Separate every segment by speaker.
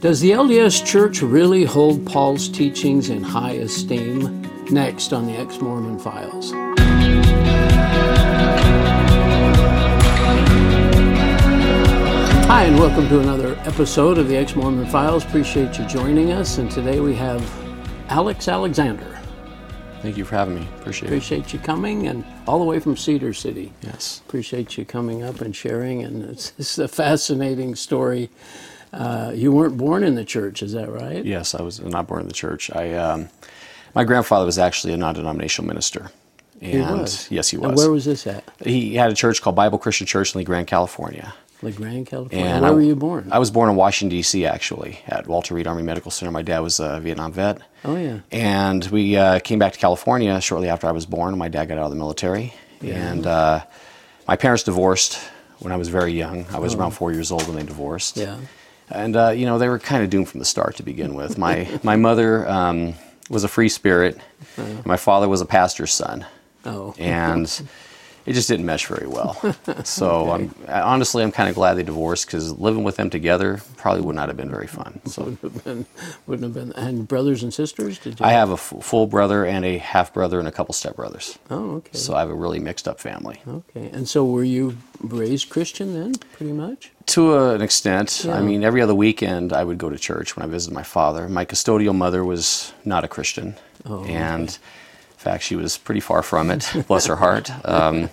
Speaker 1: Does the LDS Church really hold Paul's teachings in high esteem? Next on the Ex Mormon Files. Hi, and welcome to another episode of the Ex Mormon Files. Appreciate you joining us. And today we have Alex Alexander.
Speaker 2: Thank you for having me. Appreciate,
Speaker 1: Appreciate you coming, and all the way from Cedar City.
Speaker 2: it. Yes.
Speaker 1: Appreciate you coming up and sharing. And it's, it's a fascinating story. Uh, you weren't born in the church, is that right?
Speaker 2: Yes, I was not born in the church. I, um, my grandfather was actually a non-denominational minister. And
Speaker 1: was.
Speaker 2: yes, he
Speaker 1: And where
Speaker 2: was.
Speaker 1: was this at?
Speaker 2: He had a church called Bible Christian Church in Lee Grand, California.
Speaker 1: LeGrand, California.
Speaker 2: And
Speaker 1: where
Speaker 2: I-
Speaker 1: were you born?
Speaker 2: I was born in Washington D.C. actually at Walter Reed Army Medical Center. My dad was a Vietnam vet,
Speaker 1: oh yeah.
Speaker 2: and we uh, came back to California shortly after I was born. My dad got out of the military, and uh, my parents divorced when I was very young. I was around four years old when they divorced.
Speaker 1: Yeah.
Speaker 2: And uh, you know they were kind of doomed from the start to begin with. My my mother um, was a free spirit. and My father was a pastor's son,
Speaker 1: Oh.
Speaker 2: and it just didn't mesh very well. So I'm, I, honestly, I'm kind of glad they divorced because living with them together probably would not have been very fun. So
Speaker 1: Wouldn't have been. And brothers and sisters? Did you?
Speaker 2: I have a f- full brother and a half brother and a couple stepbrothers.
Speaker 1: Oh, okay.
Speaker 2: So I have a really mixed up family.
Speaker 1: okay. And so were you raised Christian then, pretty much?
Speaker 2: To a- an extent,
Speaker 1: Yeah.
Speaker 2: I mean, every other weekend I would go to church when I visited my father. My custodial mother was not a Christian, and in fact, she was pretty far from it. bless her heart. Um,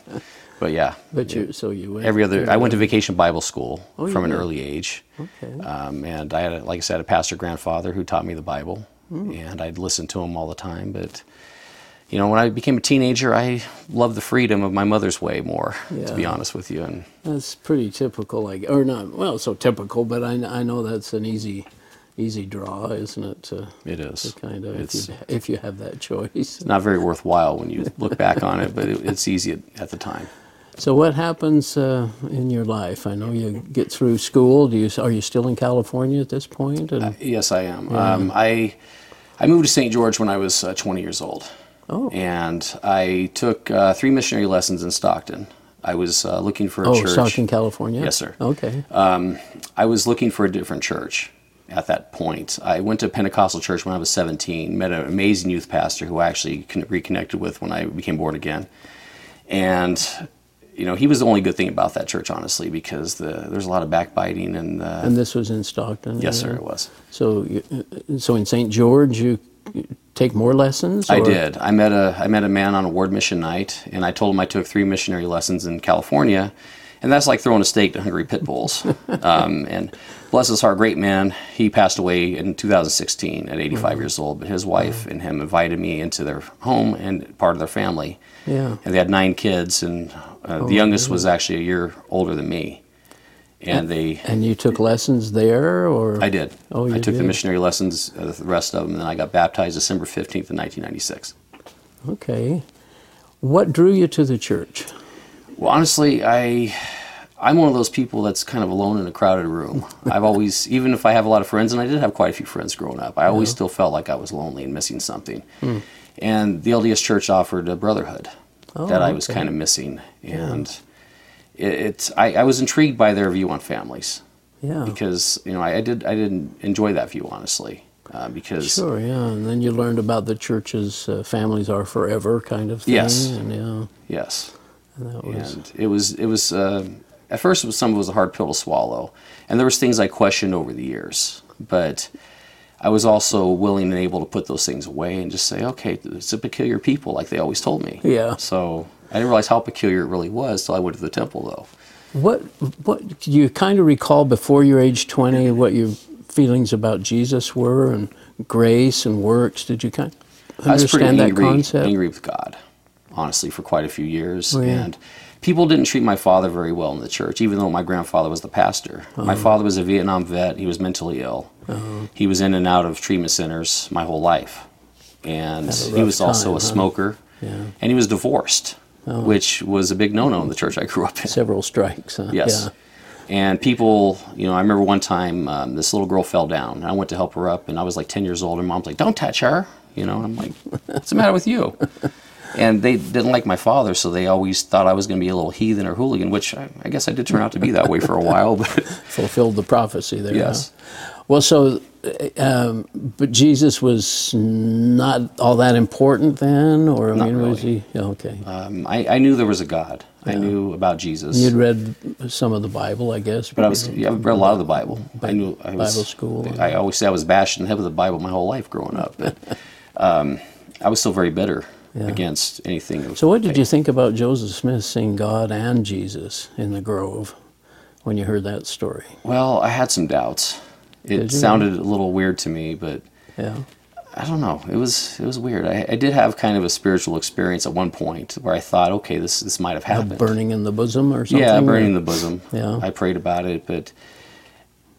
Speaker 2: but yeah,
Speaker 1: But you, so you went.
Speaker 2: every other. I went to Vacation Bible School
Speaker 1: Oh, you
Speaker 2: from an
Speaker 1: did?
Speaker 2: early age,
Speaker 1: Okay.
Speaker 2: um, and I had, a, like I said, a pastor grandfather who taught me the Bible,
Speaker 1: Hmm.
Speaker 2: and I'd listen to him all the time. But you know, when I became a teenager, I loved the freedom of my mother's way more, to be
Speaker 1: Yeah.
Speaker 2: honest with you, and.
Speaker 1: That's pretty typical, like or not. Well, so typical, but I, I know that's an easy, easy draw, isn't it? To,
Speaker 2: It is.
Speaker 1: kind of if
Speaker 2: It's
Speaker 1: you, if you have that choice.
Speaker 2: not very worthwhile when you look back on it, but it, it's easy at, at the time.
Speaker 1: So what happens uh, in your life? I know you get through school. Do you are you still in California at this point? And
Speaker 2: Yes, I am. Um, I I moved to St. George when I was uh, 20 years old,
Speaker 1: oh,
Speaker 2: and I took uh, three missionary lessons in Stockton. I was uh, looking for a
Speaker 1: oh,
Speaker 2: church.
Speaker 1: Stockton, California.
Speaker 2: Yes, sir. Uh,
Speaker 1: Okay.
Speaker 2: I was looking for a different church at that point. I went to a Pentecostal church when I was 17, met an amazing youth pastor who I actually con- reconnected with when I became born again. And, you know, he was the only good thing about that church, honestly, because the, there's a lot of backbiting and, uh,
Speaker 1: and this was in Stockton.
Speaker 2: yes,
Speaker 1: yeah?
Speaker 2: sir, it was.
Speaker 1: So, you- uh, so in St. George, you take more lessons.
Speaker 2: I
Speaker 1: or-
Speaker 2: did. I met a I met a man on a ward mission night, and I told him I took three missionary lessons in California, and that's like throwing a steak to hungry pit bulls. um, and bless his heart, great man. He passed away in 2016 at 85
Speaker 1: Mm-hmm.
Speaker 2: years old. But his wife and him invited me into their home and part of their family,
Speaker 1: Yeah.
Speaker 2: and they had nine kids, and uh,
Speaker 1: Oh,
Speaker 2: the youngest was actually a year older than me, and they.
Speaker 1: And you took lessons there, or
Speaker 2: I did.
Speaker 1: Oh, you
Speaker 2: I took the
Speaker 1: did.
Speaker 2: missionary lessons, uh, the rest of them, and then I got baptized December 15th, of 1996.
Speaker 1: Okay. What drew you to the church?
Speaker 2: Well, honestly, I I'm one of those people that's kind of alone in a crowded room. I've always, even if I have a lot of friends, and I did have quite a few friends growing up, I always still felt like I was lonely and missing something.
Speaker 1: Hmm.
Speaker 2: And the LDS Church offered a brotherhood that I was
Speaker 1: Oh, okay.
Speaker 2: kind of missing, and it, it's I, I was intrigued by their view on families
Speaker 1: Yeah.
Speaker 2: because you know I, I did I didn't enjoy that view honestly uh, because
Speaker 1: sure, yeah. And then you learned about the church's uh, families are forever kind of thing.
Speaker 2: Yes.
Speaker 1: And, yeah.
Speaker 2: yes.
Speaker 1: And that was,
Speaker 2: and it was it was uh, at first it was some of it was a hard pill to swallow, and there was things I questioned over the years, but I was also willing and able to put those things away and just say, okay, it's a peculiar people, like they always told me.
Speaker 1: Yeah.
Speaker 2: So I didn't realize how peculiar it really was till I went to the temple, though.
Speaker 1: What, what do you kind of recall before your age 20 what your feelings about Jesus were and grace and works? Did you kind of
Speaker 2: I was pretty
Speaker 1: understand that
Speaker 2: angry,
Speaker 1: concept?
Speaker 2: angry with God, honestly, for quite a few years,
Speaker 1: yeah.
Speaker 2: and. People didn't treat my father very well in the church, even though my grandfather was the pastor. My
Speaker 1: Oh.
Speaker 2: father was a Vietnam vet. He was mentally ill. He was in and out of treatment centers my whole life. And he
Speaker 1: rough
Speaker 2: was also
Speaker 1: time,
Speaker 2: a
Speaker 1: huh?
Speaker 2: smoker.
Speaker 1: Yeah. Oh.
Speaker 2: And he was divorced, which was a big no no in the church I grew up in.
Speaker 1: Several strikes, huh?
Speaker 2: Yes.
Speaker 1: Yeah.
Speaker 2: And people, you know, I remember one time um, this little girl fell down. I went to help her up, and I was like 10 years old, and mom's like, don't touch her. You know, and I'm like, what's the matter with you? and they didn't like my father, so they always thought I was going to be a little heathen or hooligan, which I, I guess I did turn out to be that way for a while. But
Speaker 1: Fulfilled the prophecy there. huh?
Speaker 2: yes,
Speaker 1: Well, so, uh, um, but Jesus was not all that important then, or I mean, was he? yeah, Okay.
Speaker 2: um, I, I knew there was a God. I knew about Jesus,
Speaker 1: You'd read some of the Bible, I guess.
Speaker 2: but I was yeah, I read a lot of the Bible. I knew I was
Speaker 1: Bible school.
Speaker 2: I always say I was bashed in the head with the Bible my whole life growing up, but um, I was still very bitter against anything. of
Speaker 1: So, what did
Speaker 2: faith.
Speaker 1: you think about Joseph Smith seeing God and Jesus in the Grove when you heard that story?
Speaker 2: Well, I had some doubts. It
Speaker 1: Did you?
Speaker 2: sounded a little weird to me, but
Speaker 1: Yeah.
Speaker 2: I don't know. It was it was weird. I, I did have kind of a spiritual experience at one point where I thought, okay, this this might have happened.
Speaker 1: Burning in the bosom or something?
Speaker 2: yeah, burning
Speaker 1: or-
Speaker 2: the bosom.
Speaker 1: Yeah.
Speaker 2: I prayed about it, but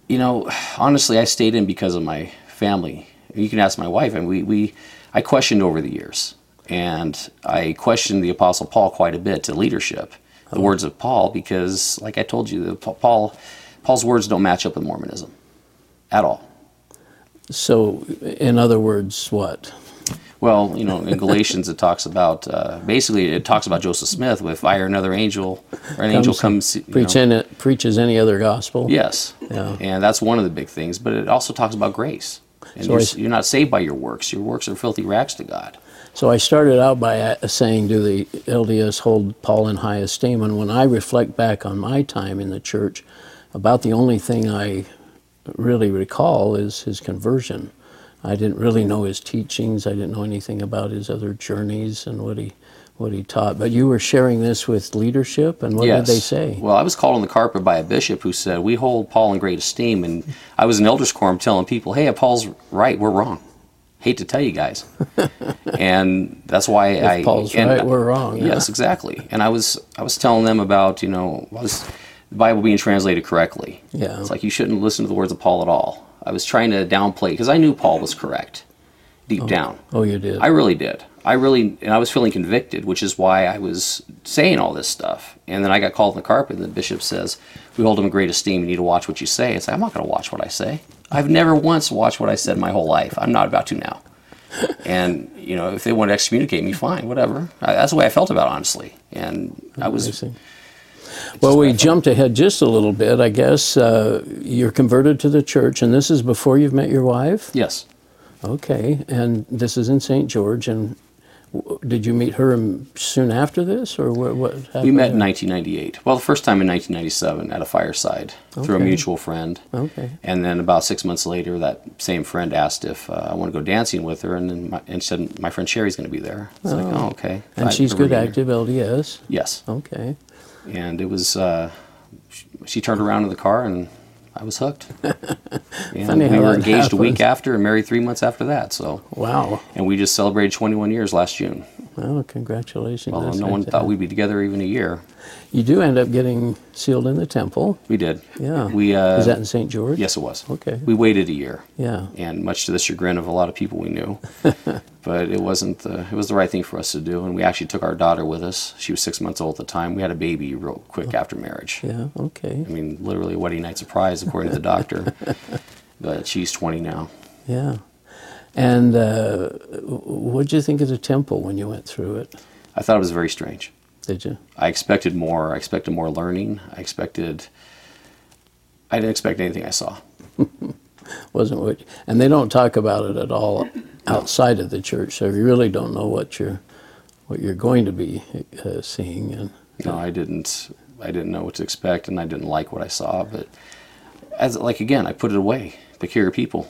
Speaker 2: you know, honestly, I stayed in because of my family. You can ask my wife, and we we I questioned over the years, and I questioned the Apostle Paul quite a bit to leadership,
Speaker 1: Oh.
Speaker 2: the words of Paul, because like I told you, the Pa- Paul Paul's words don't match up with Mormonism at all.
Speaker 1: So, in other words, what?
Speaker 2: Well, you know, in Galatians it talks about uh, basically it talks about Joseph Smith with fire another angel or an angel comes you know.
Speaker 1: Preach in it, preaches any other gospel?
Speaker 2: yes,
Speaker 1: Yeah.
Speaker 2: and that's one of the big things. But it also talks about grace. And
Speaker 1: So
Speaker 2: you're,
Speaker 1: I
Speaker 2: s-
Speaker 1: s-
Speaker 2: you're not saved by your works. Your works are filthy rags to God.
Speaker 1: So I started out by uh, saying, do the LDS hold Paul in high esteem? And when I reflect back on my time in the church, about the only thing I really recall is his conversion. I didn't really know his teachings. I didn't know anything about his other journeys and what he what he taught. But you were sharing this with leadership, and what
Speaker 2: yes.
Speaker 1: did they say?
Speaker 2: Well, I was called on the carpet by a bishop who said we hold Paul in great esteem, and I was in elders' quorum telling people, "Hey, if Paul's right, we're wrong." Hate to tell you guys, and that's why I.
Speaker 1: Paul's
Speaker 2: and-
Speaker 1: right, we're wrong.
Speaker 2: Yes, exactly. And I was I was telling them about you know was the Bible being translated correctly.
Speaker 1: Yeah.
Speaker 2: it's like you shouldn't listen to the words of Paul at all. I was trying to downplay because I knew Paul was correct deep down.
Speaker 1: Oh, you did.
Speaker 2: I really did. I really, and I was feeling convicted, which is why I was saying all this stuff. And then I got called on the carpet, and the bishop says, "We hold him in great esteem. You need to watch what you say." It's like I'm not going to watch what I say. I've never once watched what I said my whole life. I'm not about to now. And you know, if they want to excommunicate me, fine, whatever. I, that's the way I felt about it, honestly. And I
Speaker 1: I
Speaker 2: was
Speaker 1: see. Well, we jumped ahead just a little bit, I guess. Uh, you're converted to the church, and this is before you've met your wife?
Speaker 2: yes,
Speaker 1: Okay, and this is in St. George, and w- did you meet her m- soon after this, or what, what happened?
Speaker 2: we met in
Speaker 1: there?
Speaker 2: 1998. Well, the first time in 1997 at a fireside through a
Speaker 1: Okay.
Speaker 2: mutual friend.
Speaker 1: Okay,
Speaker 2: And then about six months later, that same friend asked if uh, I want to go dancing with her, and then my, and said my friend Sherry's going to be there. It's like, oh, okay.
Speaker 1: and
Speaker 2: I
Speaker 1: she's good
Speaker 2: remember meeting her.
Speaker 1: active LDS.
Speaker 2: Yes,
Speaker 1: Okay,
Speaker 2: and it was. Uh, she, she turned around in the car, and I was hooked. and
Speaker 1: Funny
Speaker 2: we
Speaker 1: how
Speaker 2: were
Speaker 1: that
Speaker 2: engaged a week
Speaker 1: happens.
Speaker 2: after and married three months after that. So,
Speaker 1: wow.
Speaker 2: and we just celebrated 21 years last June.
Speaker 1: Well, congratulations.
Speaker 2: Although
Speaker 1: That's
Speaker 2: no one
Speaker 1: fantastic.
Speaker 2: thought we'd be together even a year.
Speaker 1: You do end up getting sealed in the temple.
Speaker 2: We did.
Speaker 1: Yeah.
Speaker 2: We. Uh,
Speaker 1: is that in St. George?
Speaker 2: yes, it was.
Speaker 1: Okay.
Speaker 2: We waited a year.
Speaker 1: Yeah.
Speaker 2: and much to the chagrin of a lot of people we knew. but it wasn't the, it was the right thing for us to do, and we actually took our daughter with us. She was six months old at the time. We had a baby real quick after marriage.
Speaker 1: Yeah, okay.
Speaker 2: I mean, literally a wedding night surprise, according to the doctor. but she's 20 now.
Speaker 1: Yeah. And uh, what did you think of the temple when you went through it?
Speaker 2: I thought it was very strange.
Speaker 1: Did you?
Speaker 2: I expected more. I expected more learning. I expected. I didn't expect anything I saw.
Speaker 1: wasn't what and they don't talk about it at all outside of the church so you really don't know what you're what you're going to be uh, seeing and
Speaker 2: No, I didn't. I didn't know what to expect, and I didn't like what I saw. But as like again, I put it away. Peculiar people,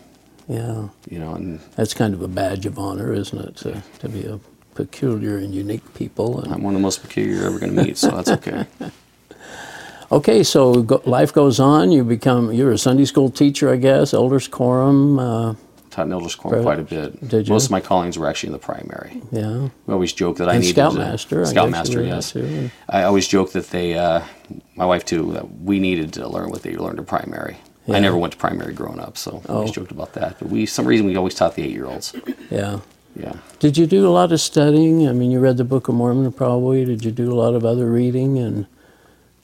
Speaker 1: yeah
Speaker 2: you know, and
Speaker 1: that's kind of a badge of honor isn't it to, to be a peculiar and unique people and
Speaker 2: I'm one of the most peculiar you're ever going to meet, so that's okay.
Speaker 1: okay so go, life goes on you become you're a sunday school teacher i guess elders quorum uh,
Speaker 2: Taught in Elders Quorum quite a bit.
Speaker 1: Did you?
Speaker 2: Most of my callings were actually in the primary.
Speaker 1: yeah
Speaker 2: We always joke that I
Speaker 1: and
Speaker 2: needed
Speaker 1: scoutmaster I
Speaker 2: To,
Speaker 1: guess you
Speaker 2: Scoutmaster,
Speaker 1: were
Speaker 2: yes.
Speaker 1: too, and-
Speaker 2: I always joke that they, uh, my wife too, that we needed to learn what they learned in primary.
Speaker 1: Yeah. Oh.
Speaker 2: I never went to primary growing up, so I always joked about that. But we, some reason, we always taught the eight-year-olds.
Speaker 1: yeah
Speaker 2: Yeah.
Speaker 1: did you do a lot of studying i mean you read the book of mormon probably did you do a lot of other reading and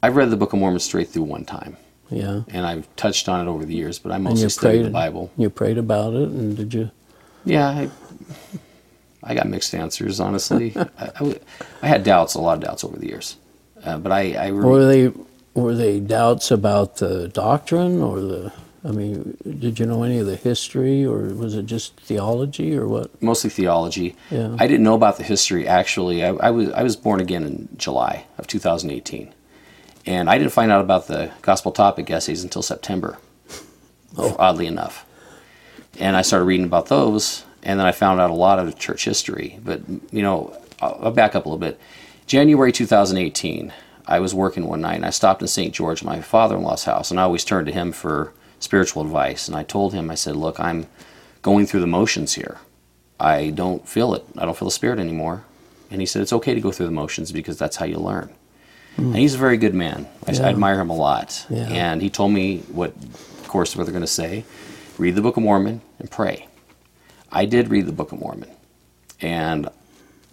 Speaker 2: I've read the Book of Mormon straight through one time,
Speaker 1: yeah
Speaker 2: and I've touched on it over the years, but I
Speaker 1: And
Speaker 2: mostly
Speaker 1: you
Speaker 2: studied
Speaker 1: prayed
Speaker 2: the Bible.
Speaker 1: You prayed about it, and did you?
Speaker 2: Yeah, I, I got mixed answers, honestly. I, I w- I had doubts, a lot of doubts over the years. Uh, but I, I really,
Speaker 1: Were they were they doubts about the doctrine or the? I mean, did you know any of the history, or was it just theology, or what?
Speaker 2: mostly theology.
Speaker 1: Yeah.
Speaker 2: I didn't know about the history, actually. I, I, was, I was born again in July of 2018. And I didn't find out about the gospel topic essays until September, oddly enough. And I started reading about those, and then I found out a lot of church history. But, you know, I'll, I'll back up a little bit. January 2018, I was working one night, and I stopped in St. George, my father in law's house, and I always turned to him for spiritual advice. And I told him, I said, Look, I'm going through the motions here. I don't feel it. I don't feel the spirit anymore. And he said, It's okay to go through the motions because that's how you learn. And he's a very good man. I, I
Speaker 1: Hmm. Yeah.
Speaker 2: admire him a lot.
Speaker 1: Yeah.
Speaker 2: And he told me what, of course, what they're going to say read the Book of Mormon and pray. I did read the Book of Mormon. And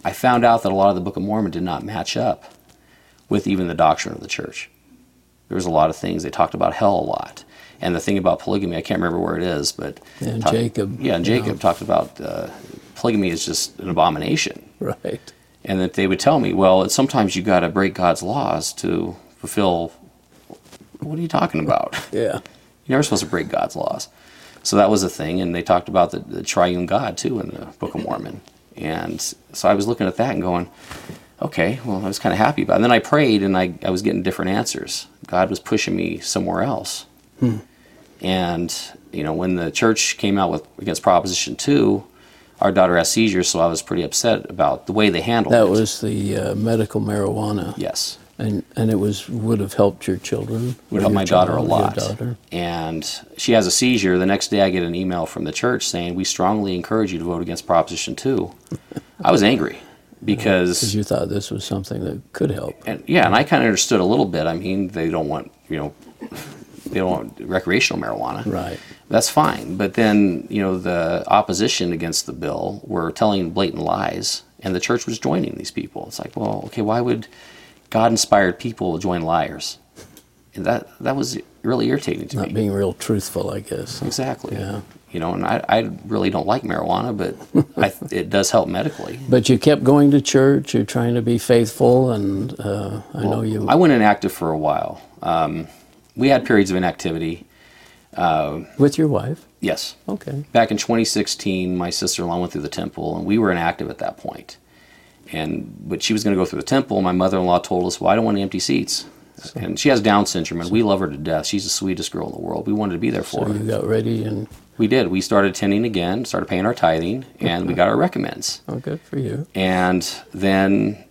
Speaker 2: I found out that a lot of the Book of Mormon did not match up with even the doctrine of the church. There was a lot of things. They talked about hell a lot. And the thing about polygamy, I can't remember where it is, but.
Speaker 1: And
Speaker 2: talk-
Speaker 1: Jacob,
Speaker 2: Yeah, and
Speaker 1: you know.
Speaker 2: Jacob talked about uh, polygamy is just an abomination.
Speaker 1: Right.
Speaker 2: And that they would tell me, well, it's sometimes you got to break God's laws to fulfill. What are you talking about?
Speaker 1: Yeah.
Speaker 2: You're never supposed to break God's laws. So that was a thing, and they talked about the, the triune God too in the Book of Mormon. And so I was looking at that and going, okay, well, I was kind of happy about it. And then I prayed, and I, I was getting different answers. God was pushing me somewhere else.
Speaker 1: Hmm.
Speaker 2: And, you know, when the church came out with against Proposition 2, our daughter had seizures, so I was pretty upset about the way they handled
Speaker 1: That
Speaker 2: it.
Speaker 1: was the uh, medical marijuana.
Speaker 2: Yes.
Speaker 1: And and it was would have helped your children.
Speaker 2: would
Speaker 1: or
Speaker 2: help
Speaker 1: your
Speaker 2: my daughter a
Speaker 1: child,
Speaker 2: lot.
Speaker 1: Your daughter.
Speaker 2: And she has a seizure. The next day, I get an email from the church saying, We strongly encourage you to vote against Proposition 2. I was angry because,
Speaker 1: Because you thought this was something that could help.
Speaker 2: and, yeah, and I kind of understood a little bit. I mean, they don't want, you know, they don't want recreational marijuana.
Speaker 1: Right.
Speaker 2: That's fine. But then, you know, the opposition against the bill were telling blatant lies, and the church was joining these people. It's like, well, okay, why would God inspired people join liars? And that, that was really irritating to me.
Speaker 1: Not being real truthful, I guess.
Speaker 2: Exactly.
Speaker 1: Yeah.
Speaker 2: You know, and I, I really don't like marijuana, but I, it does help medically.
Speaker 1: But you kept going to church. You're trying to be faithful, and uh, I know you.
Speaker 2: I went inactive for a while. Um, we had periods of inactivity.
Speaker 1: with your wife.
Speaker 2: Yes.
Speaker 1: Okay.
Speaker 2: Back in 2016, my sister-in-law went through the temple, and we were inactive at that point. And but she was going to go through the temple. My mother-in-law told us, "Well, I don't want any empty seats." and she has Down syndrome, and we love her to death. She's the sweetest girl in the world. We wanted to be there for her.
Speaker 1: You got ready, and
Speaker 2: We did. We started attending again, started paying our tithing, and we got our recommends.
Speaker 1: oh, good for you.
Speaker 2: And then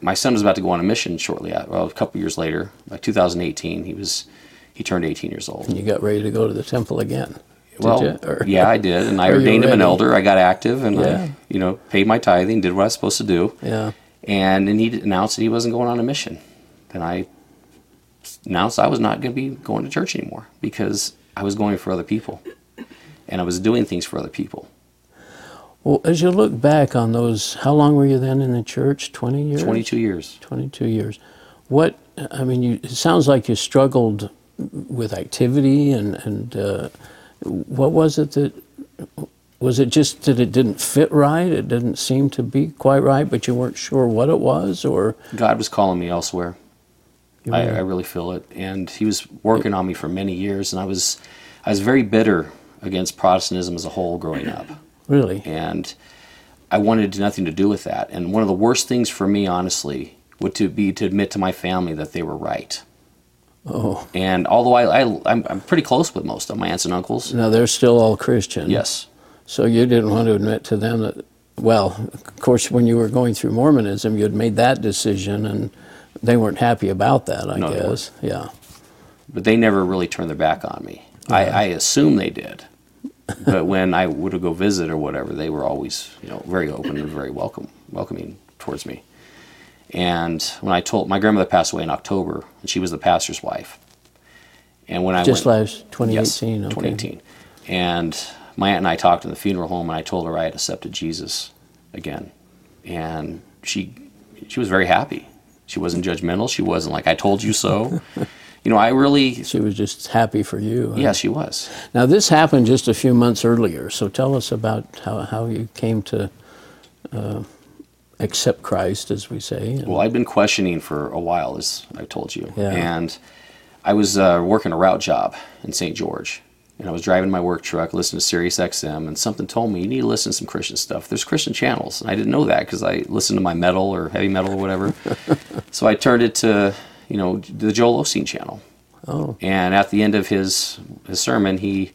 Speaker 2: my son was about to go on a mission shortly, a- well, a couple years later, like 2018. He was he turned 18 years old.
Speaker 1: You got ready to go to the temple again. Did
Speaker 2: well,
Speaker 1: you? Or-
Speaker 2: yeah, I did, and I
Speaker 1: Are you
Speaker 2: ordained him an
Speaker 1: ready?
Speaker 2: elder. I got active, and
Speaker 1: Yeah.
Speaker 2: I, you know, paid my tithing, did what I was supposed to do,
Speaker 1: yeah.
Speaker 2: and then he d- announced that he wasn't going on a mission. Then I announced I was not going to be going to church anymore because I was going for other people, and I was doing things for other people.
Speaker 1: Well, as you look back on those, how long were you then in the church? Twenty years.
Speaker 2: 22 years.
Speaker 1: 22 years. What, I mean, you, it sounds like you struggled with activity and, and uh, what was it that, was it just that it didn't fit right? It didn't seem to be quite right, but you weren't sure what it was or?
Speaker 2: God was calling me elsewhere.
Speaker 1: you
Speaker 2: I,
Speaker 1: were-
Speaker 2: I really feel it. And he was working on me for many years, and I was, I was very bitter against Protestantism as a whole growing up,
Speaker 1: really?
Speaker 2: and I wanted nothing to do with that. And one of the worst things for me, honestly, would to be to admit to my family that they were right.
Speaker 1: Oh,
Speaker 2: And although I, I I'm, I'm pretty close with most of my aunts and uncles.
Speaker 1: now they're still all Christian.
Speaker 2: Yes.
Speaker 1: So you didn't want to admit to them that, well, of course, when you were going through Mormonism, you'd made that decision and they weren't happy about that, I
Speaker 2: No, they
Speaker 1: guess. Yeah.
Speaker 2: but they never really turned their back on me. I, I assume they did, but when I would go visit or whatever, they were always you know very open and very welcome, welcoming towards me. And when I told my grandmother passed away in October, and she was the pastor's wife, and when I
Speaker 1: Just
Speaker 2: went,
Speaker 1: last 2018.
Speaker 2: yes,
Speaker 1: okay.
Speaker 2: 2018, and my aunt and I talked in the funeral home, and I told her I had accepted Jesus again, and she she was very happy. She wasn't judgmental. She wasn't like I told you so. you know, I really
Speaker 1: She was just happy for you. huh?
Speaker 2: yeah, she was.
Speaker 1: Now, this happened just a few months earlier, so tell us about how, how you came to uh, accept Christ, as we say. And-
Speaker 2: Well, I'd been questioning for a while, as I told you.
Speaker 1: Yeah.
Speaker 2: And I was uh, working a route job in St. George. And I was driving my work truck, listening to Sirius XM, and something told me, you need to listen to some Christian stuff. There's Christian channels. And I didn't know that because I listened to my metal or heavy metal or whatever. so I turned it to, you know, the Joel Osteen channel.
Speaker 1: oh,
Speaker 2: And at the end of his, his sermon, he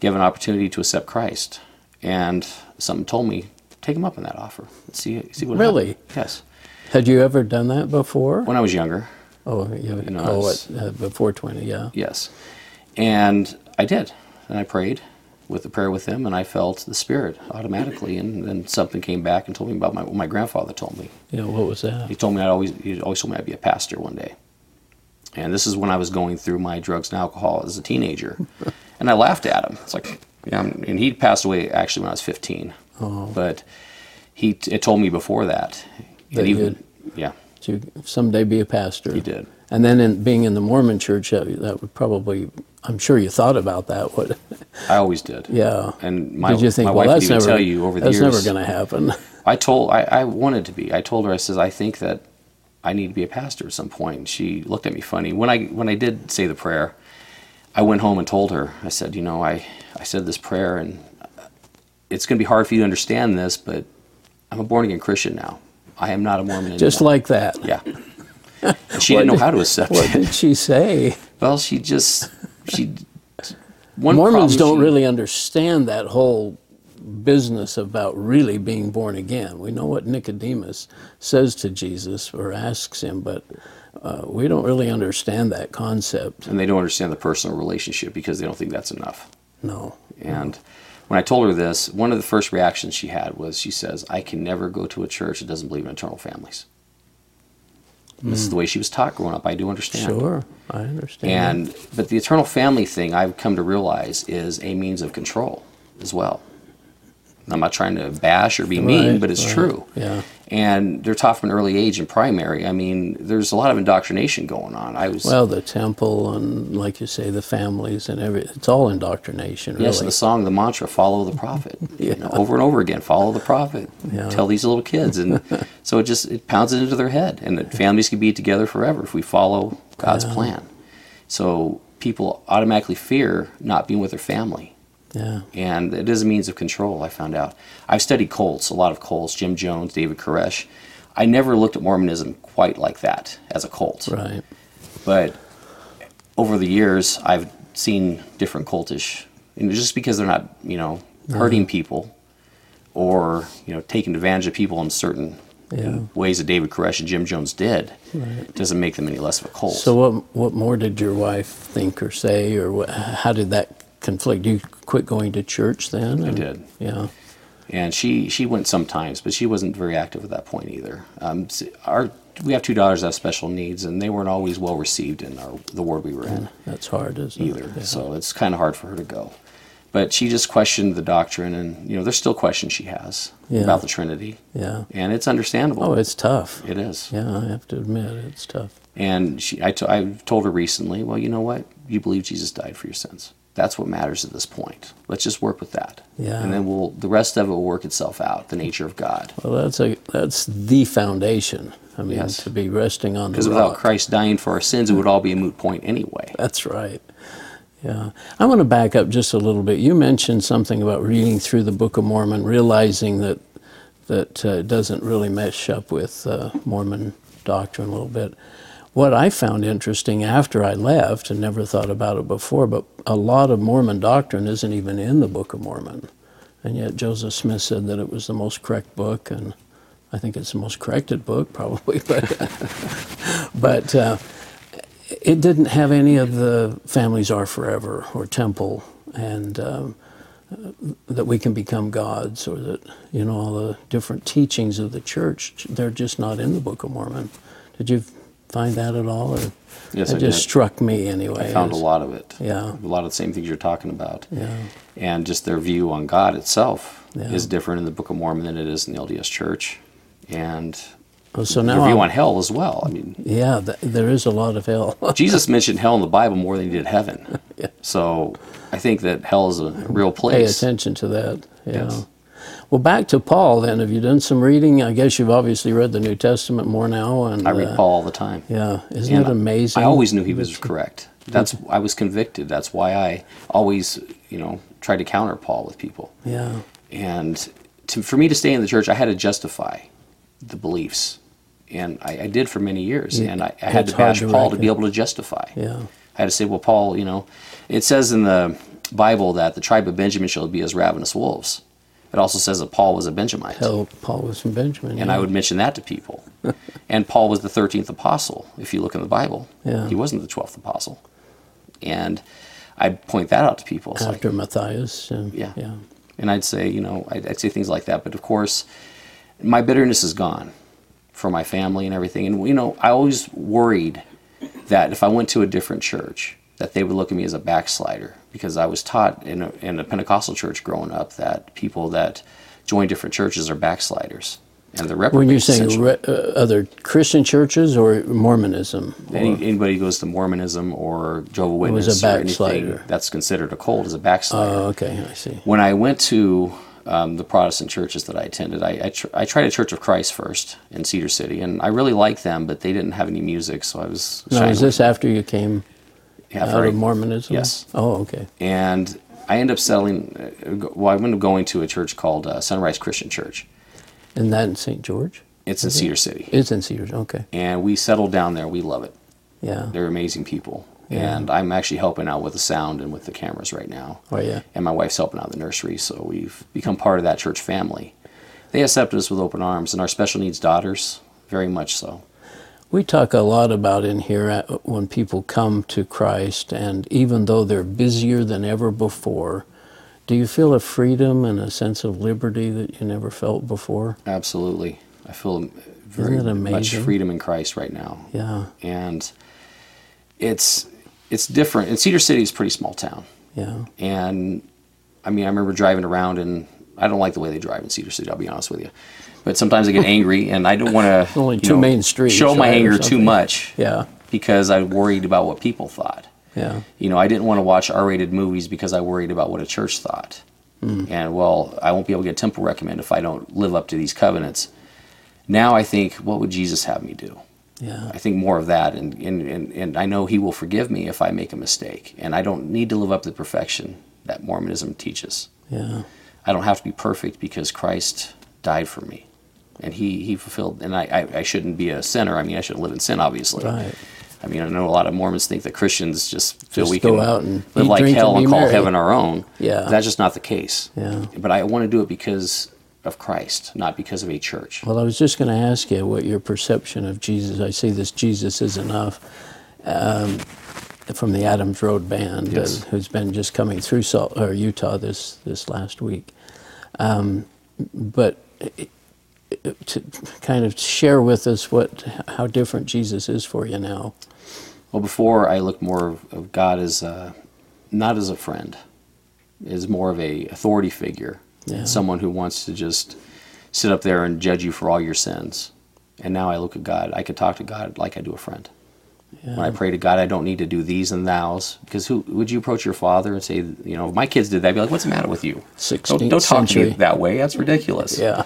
Speaker 2: gave an opportunity to accept Christ. And something told me, take him up on that offer. Let's see, see what
Speaker 1: Really?
Speaker 2: happens." Yes.
Speaker 1: had you ever done that before?
Speaker 2: When I was younger,
Speaker 1: Oh, you,
Speaker 2: know,
Speaker 1: oh,
Speaker 2: it's-
Speaker 1: at, uh, before twenty, yeah.
Speaker 2: Yes. And I did. And I prayed with the prayer with him, and I felt the Spirit automatically. And then something came back and told me about my, what my grandfather told me.
Speaker 1: Yeah, what was
Speaker 2: He
Speaker 1: that?
Speaker 2: told me I'd always, he always told me I'd be a pastor one day. And this is when I was going through my drugs and alcohol as a teenager. and I laughed at him. It's like, yeah, and he passed away actually when I was 15.
Speaker 1: Oh.
Speaker 2: But he t- it told me before that.
Speaker 1: That
Speaker 2: and
Speaker 1: you-
Speaker 2: even, yeah,
Speaker 1: To someday be a pastor.
Speaker 2: he did.
Speaker 1: And then in being in the Mormon church, uh, that would probably, I'm sure you thought about that. What?
Speaker 2: I always did.
Speaker 1: Yeah.
Speaker 2: And my,
Speaker 1: Did you think,
Speaker 2: my
Speaker 1: well,
Speaker 2: wife would
Speaker 1: that's
Speaker 2: even
Speaker 1: never,
Speaker 2: tell you over the
Speaker 1: that's
Speaker 2: years.
Speaker 1: never going to happen.
Speaker 2: I told I, I wanted to be. I told her I says I think that I need to be a pastor at some point. She looked at me funny when I when I did say the prayer. I went home and told her. I said, you know, I I said this prayer and uh, it's going to be hard for you to understand this, but I'm a born again Christian now. I am not a Mormon.
Speaker 1: Just
Speaker 2: anymore."
Speaker 1: like that.
Speaker 2: yeah. And she didn't know how to accept
Speaker 1: What
Speaker 2: it.
Speaker 1: did she say?
Speaker 2: Well, she just she one
Speaker 1: Mormons
Speaker 2: problem
Speaker 1: don't
Speaker 2: she-
Speaker 1: really understand that whole business about really being born again. We know what Nicodemus says to Jesus or asks him, but uh, we don't really understand that concept.
Speaker 2: and they don't understand the personal relationship because they don't think that's enough.
Speaker 1: No.
Speaker 2: And when I told her this, one of the first reactions she had was she says, I can never go to a church that doesn't believe in eternal families. This is the way she was taught growing up. I do understand.
Speaker 1: Sure, I understand.
Speaker 2: And but the eternal family thing I've come to realize is a means of control as well. And I'm not trying to bash or be mean,
Speaker 1: Right,
Speaker 2: but it's
Speaker 1: right.
Speaker 2: true.
Speaker 1: Yeah.
Speaker 2: And they're taught from an early age in primary. I mean, there's a lot of indoctrination going on. I was
Speaker 1: Well, the temple and, like you say, the families and every—it's all indoctrination, really.
Speaker 2: Yes, and the song, the mantra, follow the prophet. you know, over and over again, follow the prophet.
Speaker 1: Yeah.
Speaker 2: Tell these little kids. And so it just it pounds it into their head. And that families can be together forever if we follow God's plan. So people automatically fear not being with their family.
Speaker 1: yeah.
Speaker 2: And it is a means of control, I found out. I've studied cults, a lot of cults, Jim Jones, David Koresh. I never looked at Mormonism quite like that as a cult
Speaker 1: Right.
Speaker 2: but over the years i've seen different cultish and just because they're not you know hurting people or you know taking advantage of people in certain
Speaker 1: Yeah.
Speaker 2: ways that david koresh and jim jones did doesn't make them any less of a cult
Speaker 1: So, what what more did your wife think or say, or what, how did that conflict? You quit going to church then? I
Speaker 2: did.
Speaker 1: Yeah.
Speaker 2: and she she went sometimes, but she wasn't very active at that point either. Um, s- our we have two daughters that have special needs, and they weren't always well received in our the ward we were in.
Speaker 1: That's hard, isn't
Speaker 2: either.
Speaker 1: it? Yeah.
Speaker 2: So it's kind of hard for her to go. But she just questioned the doctrine, and you know, there's still questions she has
Speaker 1: Yeah.
Speaker 2: about the Trinity,
Speaker 1: yeah.
Speaker 2: and it's understandable.
Speaker 1: Oh, it's tough.
Speaker 2: it is.
Speaker 1: Yeah, I have to admit, it's tough.
Speaker 2: And she, I, t- I told her recently, well, you know what? You believe Jesus died for your sins. That's what matters at this point. Let's just work with that,
Speaker 1: Yeah.
Speaker 2: and then we'll the rest of it will work itself out. The nature of God,
Speaker 1: Well, that's a that's the foundation. I mean,
Speaker 2: Yes.
Speaker 1: to be resting on the
Speaker 2: because
Speaker 1: rock.
Speaker 2: without Christ dying for our sins, it would all be a moot point anyway.
Speaker 1: That's right. Yeah. I want to back up just a little bit. You mentioned something about reading through the Book of Mormon, realizing that that uh, it doesn't really mesh up with uh, Mormon doctrine a little bit. What I found interesting after I left, and never thought about it before, but a lot of Mormon doctrine isn't even in the Book of Mormon. And yet Joseph Smith said that it was the most correct book, and I think it's the most corrected book, probably. But, but uh, it didn't have any of the families are forever or temple and um, that we can become gods or that you know all the different teachings of the church they're just not in the book of mormon did you find that at all or
Speaker 2: Yes,
Speaker 1: it
Speaker 2: I
Speaker 1: just
Speaker 2: did.
Speaker 1: struck me anyway
Speaker 2: I found a
Speaker 1: as-
Speaker 2: lot of it.
Speaker 1: Yeah.
Speaker 2: a lot of the same things you're talking about.
Speaker 1: yeah
Speaker 2: and just their view on God itself
Speaker 1: Yeah.
Speaker 2: is different in the Book of Mormon than it is in the LDS Church, and
Speaker 1: Oh, so
Speaker 2: their
Speaker 1: now
Speaker 2: view
Speaker 1: I'm-
Speaker 2: on hell as well. I mean,
Speaker 1: yeah th- there is a lot of hell
Speaker 2: Jesus mentioned hell in the Bible more than he did heaven,
Speaker 1: Yeah.
Speaker 2: so I think that hell is a real
Speaker 1: pay
Speaker 2: place.
Speaker 1: attention to that yeah
Speaker 2: Yes.
Speaker 1: Well, back to Paul then. Have you done some reading? I guess you've obviously read the New Testament more now. And
Speaker 2: I read
Speaker 1: uh,
Speaker 2: Paul all the time.
Speaker 1: yeah, isn't
Speaker 2: And
Speaker 1: it amazing?
Speaker 2: I always knew he was correct. That's I was convicted. That's why I always, you know, tried to counter Paul with people.
Speaker 1: Yeah,
Speaker 2: And to, for me to stay in the church, I had to justify the beliefs, and I, I did for many years. And I, I had
Speaker 1: it's
Speaker 2: to bash
Speaker 1: Mm. hard to
Speaker 2: Paul to be
Speaker 1: reckon.
Speaker 2: able to justify.
Speaker 1: yeah,
Speaker 2: I had to say, well, Paul, you know, it says in the Bible that the tribe of Benjamin shall be as ravenous wolves. It also says that Paul was a Benjamite.
Speaker 1: Hell, Paul was from Benjamin.
Speaker 2: And
Speaker 1: yeah.
Speaker 2: I would mention that to people. and Paul was the 13th apostle, if you look in the Bible.
Speaker 1: Yeah.
Speaker 2: He wasn't the 12th apostle. And I point that out to people. It's like,
Speaker 1: after Matthias. And,
Speaker 2: Yeah.
Speaker 1: yeah,
Speaker 2: and I'd say, you know, I'd, I'd say things like that. But of course, my bitterness is gone for my family and everything. And, you know, I always worried that if I went to a different church, that they would look at me as a backslider because I was taught in a, in a Pentecostal church growing up that people that join different churches are backsliders. And they're reprobates.
Speaker 1: When you're saying
Speaker 2: essentially.
Speaker 1: re- uh, other Christian churches or Mormonism,
Speaker 2: Any, anybody who goes to Mormonism or Jehovah
Speaker 1: was
Speaker 2: Witness
Speaker 1: a
Speaker 2: or
Speaker 1: backslider.
Speaker 2: anything that's considered a cult is a backslider.
Speaker 1: oh, okay, I see.
Speaker 2: when I went to um, the Protestant churches that I attended, I, I, tr- I tried a Church of Christ first in Cedar City, and I really liked them, but they didn't have any music, so I was
Speaker 1: Now,
Speaker 2: shying
Speaker 1: is this after you came
Speaker 2: away- yeah,
Speaker 1: out
Speaker 2: very-
Speaker 1: of Mormonism?
Speaker 2: Yes.
Speaker 1: Oh, okay.
Speaker 2: and I ended up selling. uh, go- Well, I ended up going to a church called uh, Sunrise Christian Church.
Speaker 1: And that in St. George?
Speaker 2: It's in Cedar City,
Speaker 1: It's in Cedars. Okay.
Speaker 2: and we settled down there. We love it.
Speaker 1: Yeah.
Speaker 2: They're amazing people, and I'm actually helping out with the sound and with the cameras right now.
Speaker 1: Oh, yeah.
Speaker 2: and my wife's helping out in the nursery, so we've become part of that church family. They accepted us with open arms, and our special needs daughters, very much so.
Speaker 1: We talk a lot about in here uh, when people come to Christ, and even though they're busier than ever before, do you feel a freedom and a sense of liberty that you never felt before?
Speaker 2: Absolutely, I feel very
Speaker 1: Isn't it
Speaker 2: much
Speaker 1: amazing?
Speaker 2: freedom in Christ right now,
Speaker 1: Yeah.
Speaker 2: and it's it's different. And Cedar City is a pretty small town,
Speaker 1: Yeah.
Speaker 2: and I mean, I remember driving around, and I don't like the way they drive in Cedar City. I'll be honest with you, but sometimes I get angry, and I don't want to
Speaker 1: Only two main streets,
Speaker 2: show my
Speaker 1: right, or
Speaker 2: anger too
Speaker 1: something.
Speaker 2: much
Speaker 1: Yeah.
Speaker 2: because I worried about what people thought.
Speaker 1: Yeah.
Speaker 2: you know, I didn't want to watch R-rated movies because I worried about what a church thought. And well, I won't be able to get temple recommend if I don't live up to these covenants. Now I think, what would Jesus have me do?
Speaker 1: Yeah.
Speaker 2: I think more of that, and and, and and I know He will forgive me if I make a mistake, and I don't need to live up to the perfection that Mormonism teaches.
Speaker 1: Yeah.
Speaker 2: I don't have to be perfect because Christ died for me, and He He fulfilled. And I I, I shouldn't be a sinner. I mean, I shouldn't live in sin, obviously.
Speaker 1: Right.
Speaker 2: I mean, I know a lot of Mormons think that Christians just feel
Speaker 1: Just
Speaker 2: we
Speaker 1: go
Speaker 2: can
Speaker 1: out and
Speaker 2: live
Speaker 1: eat,
Speaker 2: like
Speaker 1: drink,
Speaker 2: hell
Speaker 1: and
Speaker 2: and,
Speaker 1: be
Speaker 2: call
Speaker 1: merry.
Speaker 2: heaven our own.
Speaker 1: Yeah.
Speaker 2: That's just not the case.
Speaker 1: Yeah.
Speaker 2: But I want to do it because of Christ, not because of a church.
Speaker 1: Well, I was just going to ask you what your perception of Jesus. I see this Jesus is enough um, from the Adams Road Band, uh,
Speaker 2: Yes.
Speaker 1: who's been just coming through Salt, or Utah this this last week. Um, but it- it- to kind of share with us what how different Jesus is for you now.
Speaker 2: Well, before I looked more of, of God as uh not as a friend, as more of a authority figure,
Speaker 1: Yeah.
Speaker 2: someone who wants to just sit up there and judge you for all your sins. And now I look at God. I can talk to God like I do a friend. When I pray to God, I don't need to do these and thous because who would you approach your father and say, you know, if my kids did that, I'd be like, what's the matter with you? Don't,
Speaker 1: 16th
Speaker 2: don't talk to me
Speaker 1: century.
Speaker 2: that way. That's ridiculous.
Speaker 1: Yeah,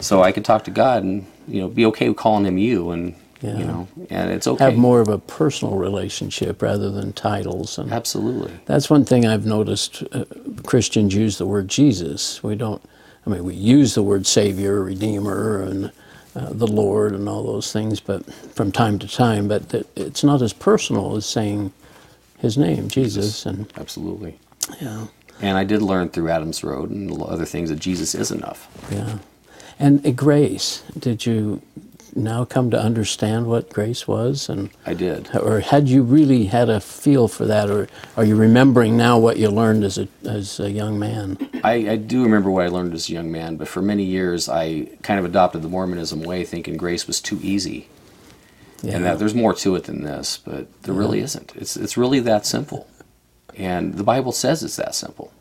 Speaker 2: So I can talk to God and you know be okay with calling him you and
Speaker 1: Yeah.
Speaker 2: you know and it's okay.
Speaker 1: have more of a personal relationship rather than titles and
Speaker 2: Absolutely.
Speaker 1: That's one thing I've noticed. Uh, Christians use the word Jesus. We don't. I mean, we use the word Savior, Redeemer, and uh, the Lord, and all those things, but from time to time. But th- it's not as personal as saying His name, Jesus. And
Speaker 2: Absolutely.
Speaker 1: yeah,
Speaker 2: And I did learn through Adams Road and l- other things that Jesus is enough.
Speaker 1: yeah. And uh, grace. Did you now come to understand what grace was, and
Speaker 2: I did.
Speaker 1: or had you really had a feel for that, or are you remembering now what you learned as a as a young man?
Speaker 2: I, I do remember what I learned as a young man, but for many years I kind of adopted the Mormonism way, thinking grace was too easy,
Speaker 1: Yeah.
Speaker 2: and that there's more to it than this. But there really isn't. It's it's really that simple, and the Bible says it's that simple.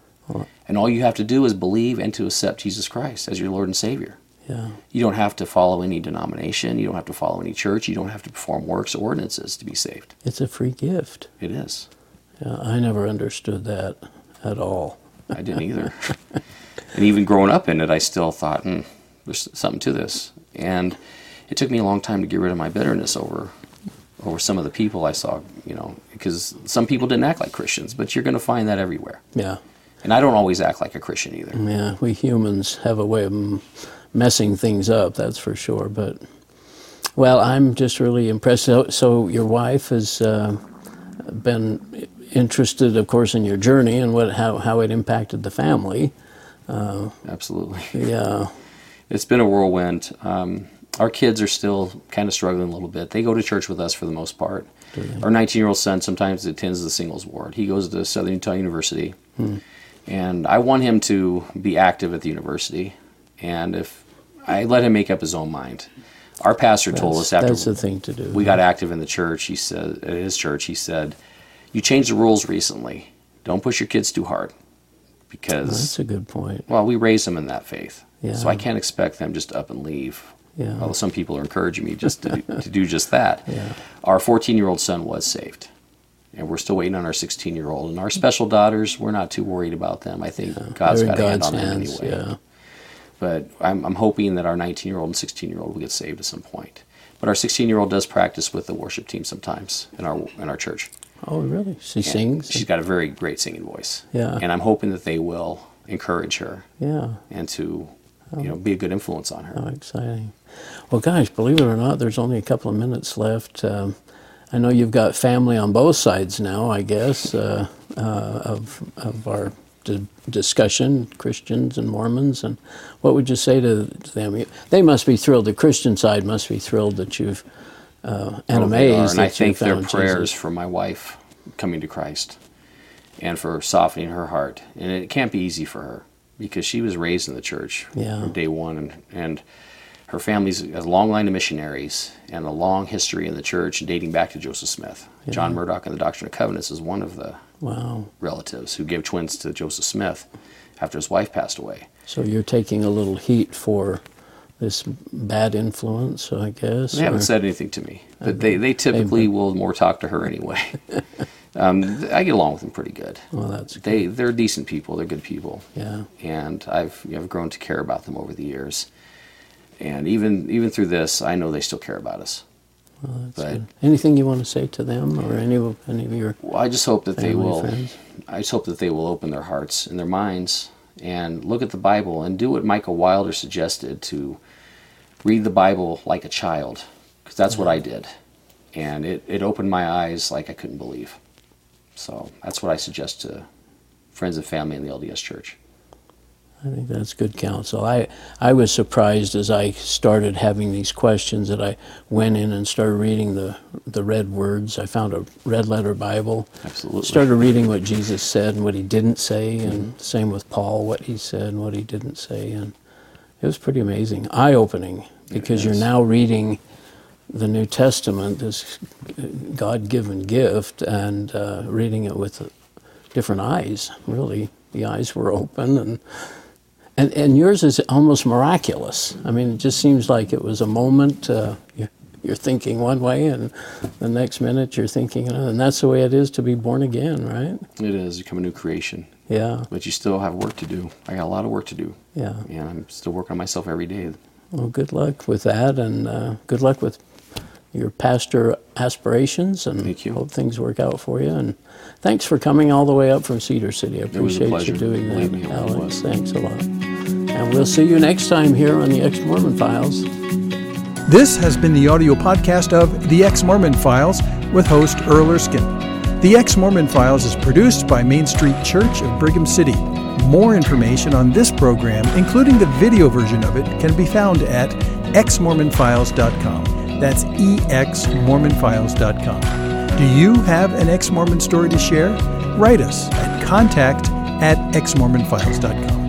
Speaker 2: And all you have to do is believe and to accept Jesus Christ as your Lord and Savior.
Speaker 1: yeah.
Speaker 2: You don't have to follow any denomination. You don't have to follow any church. You don't have to perform works or ordinances to be saved.
Speaker 1: It's a free gift.
Speaker 2: It is.
Speaker 1: Yeah, I never understood that at all.
Speaker 2: I didn't either. And even growing up in it, I still thought, hmm, there's something to this. And it took me a long time to get rid of my bitterness over over some of the people I saw, you know, because some people didn't act like Christians, but you're going to find that everywhere.
Speaker 1: Yeah.
Speaker 2: And I don't always act like a Christian either.
Speaker 1: Yeah. We humans have a way of m- messing things up, that's for sure. But, well, I'm just really impressed. So, so your wife has uh, been interested, of course, in your journey and what how, how it impacted the family.
Speaker 2: Absolutely.
Speaker 1: Yeah.
Speaker 2: It's been a whirlwind. Um, our kids are still kind of struggling a little bit. They go to church with us for the most part. Our 19 year old son sometimes attends the singles ward. He goes to Southern Utah University.
Speaker 1: Hmm.
Speaker 2: And I want him to be active at the university. And if I let him make up his own mind, our pastor told us after
Speaker 1: That's the thing to do.
Speaker 2: we got active in the church. He said, at his church, he said, "You changed the rules recently. Don't push your kids too hard, because
Speaker 1: That's a good point.
Speaker 2: well, we raised them in that faith. So I
Speaker 1: Yeah.
Speaker 2: can't expect them just up and leave.
Speaker 1: Yeah.
Speaker 2: Although some people are encouraging me just to, do- to do just that.
Speaker 1: Yeah.
Speaker 2: Our 14-year-old son was saved, and we're still waiting on our 16-year-old. And our special daughters, we're not too worried about them. I think God's
Speaker 1: They're
Speaker 2: got
Speaker 1: in
Speaker 2: a hand
Speaker 1: God's
Speaker 2: on them
Speaker 1: hands.
Speaker 2: anyway
Speaker 1: Yeah.
Speaker 2: but I'm, I'm hoping that our 19 year old and 16 year old will get saved at some point. But our 16 year old does practice with the worship team sometimes in our in our church.
Speaker 1: Oh, really? She sings?
Speaker 2: She's got a very great singing voice.
Speaker 1: Yeah.
Speaker 2: And I'm hoping that they will encourage her
Speaker 1: yeah.
Speaker 2: and to you
Speaker 1: Oh.
Speaker 2: know be a good influence on her.
Speaker 1: How exciting. Well, guys, believe it or not, there's only a couple of minutes left. Um, I know you've got family on both sides now, I guess, uh, uh, of, of our di- discussion, Christians and Mormons. And what would you say to them? You- They must be thrilled. The Christian side must be thrilled that you've, uh, and
Speaker 2: Oh, they are,
Speaker 1: amazed
Speaker 2: And I
Speaker 1: that you
Speaker 2: thank their
Speaker 1: found
Speaker 2: prayers
Speaker 1: Jesus.
Speaker 2: for my wife coming to Christ and for softening her heart. And it can't be easy for her because she was raised in the church
Speaker 1: Yeah.
Speaker 2: from day one. And, and her family's a long line of missionaries and a long history in the church dating back to Joseph Smith. John Murdoch in the Doctrine of Covenants is one of the
Speaker 1: Wow.
Speaker 2: relatives who gave twins to Joseph Smith after his wife passed away.
Speaker 1: So you're taking a little heat for this bad influence, I guess.
Speaker 2: They haven't
Speaker 1: or-
Speaker 2: said anything to me, but they, they typically will more talk to her anyway. um, th- I get along with them pretty good.
Speaker 1: well, that's good.
Speaker 2: they they're decent people. They're good people,
Speaker 1: Yeah.
Speaker 2: and I've you know, I've grown to care about them over the years. And even even through this, I know they still care about us. but
Speaker 1: Oh, Anything you want to say to them or any of any of your
Speaker 2: well, I just hope that they
Speaker 1: Family,
Speaker 2: will.
Speaker 1: friends.
Speaker 2: I just hope that they will open their hearts and their minds and look at the Bible and do what Michael Wilder suggested to read the Bible like a child, because that's what I did, and it it opened my eyes like I couldn't believe. So that's what I suggest to friends and family in the LDS Church.
Speaker 1: I think that's good counsel. I I was surprised as I started having these questions that I went in and started reading the the red words. I found a red letter Bible.
Speaker 2: Absolutely. Mm-hmm.
Speaker 1: Started reading what Jesus said and what he didn't say and same with Paul what he said and what he didn't say and it was pretty amazing, eye-opening because you're
Speaker 2: is.
Speaker 1: now reading the New Testament, this God-given gift and uh, reading it with different eyes. Really, the eyes were open, and and, and yours is almost miraculous. I mean, it just seems like it was a moment. Uh, you're, you're thinking one way, and the next minute you're thinking another, and that's the way it is to be born again, right?
Speaker 2: It is become a new creation,
Speaker 1: Yeah,
Speaker 2: but you still have work to do. I got a lot of work to do,
Speaker 1: yeah.
Speaker 2: and I'm still working on myself every day.
Speaker 1: Well, good luck with that, and uh, good luck with your pastor aspirations, and
Speaker 2: Thank you.
Speaker 1: hope things work out for you. And thanks for coming all the way up from Cedar City. I
Speaker 2: was a
Speaker 1: appreciate
Speaker 2: pleasure.
Speaker 1: you doing
Speaker 2: Believe
Speaker 1: that,
Speaker 2: me, it
Speaker 1: Alex.
Speaker 2: was.
Speaker 1: Thanks a lot. And we'll see you next time here on the Ex Mormon Files.
Speaker 3: This has been the audio podcast of The Ex Mormon Files with host Earl Erskine. The Ex Mormon Files is produced by Main Street Church of Brigham City. More information on this program, including the video version of it, can be found at exmormonfiles.com. That's E exmormonfiles.com. Do you have an ex Mormon story to share? Write us at contact at exmormonfiles.com.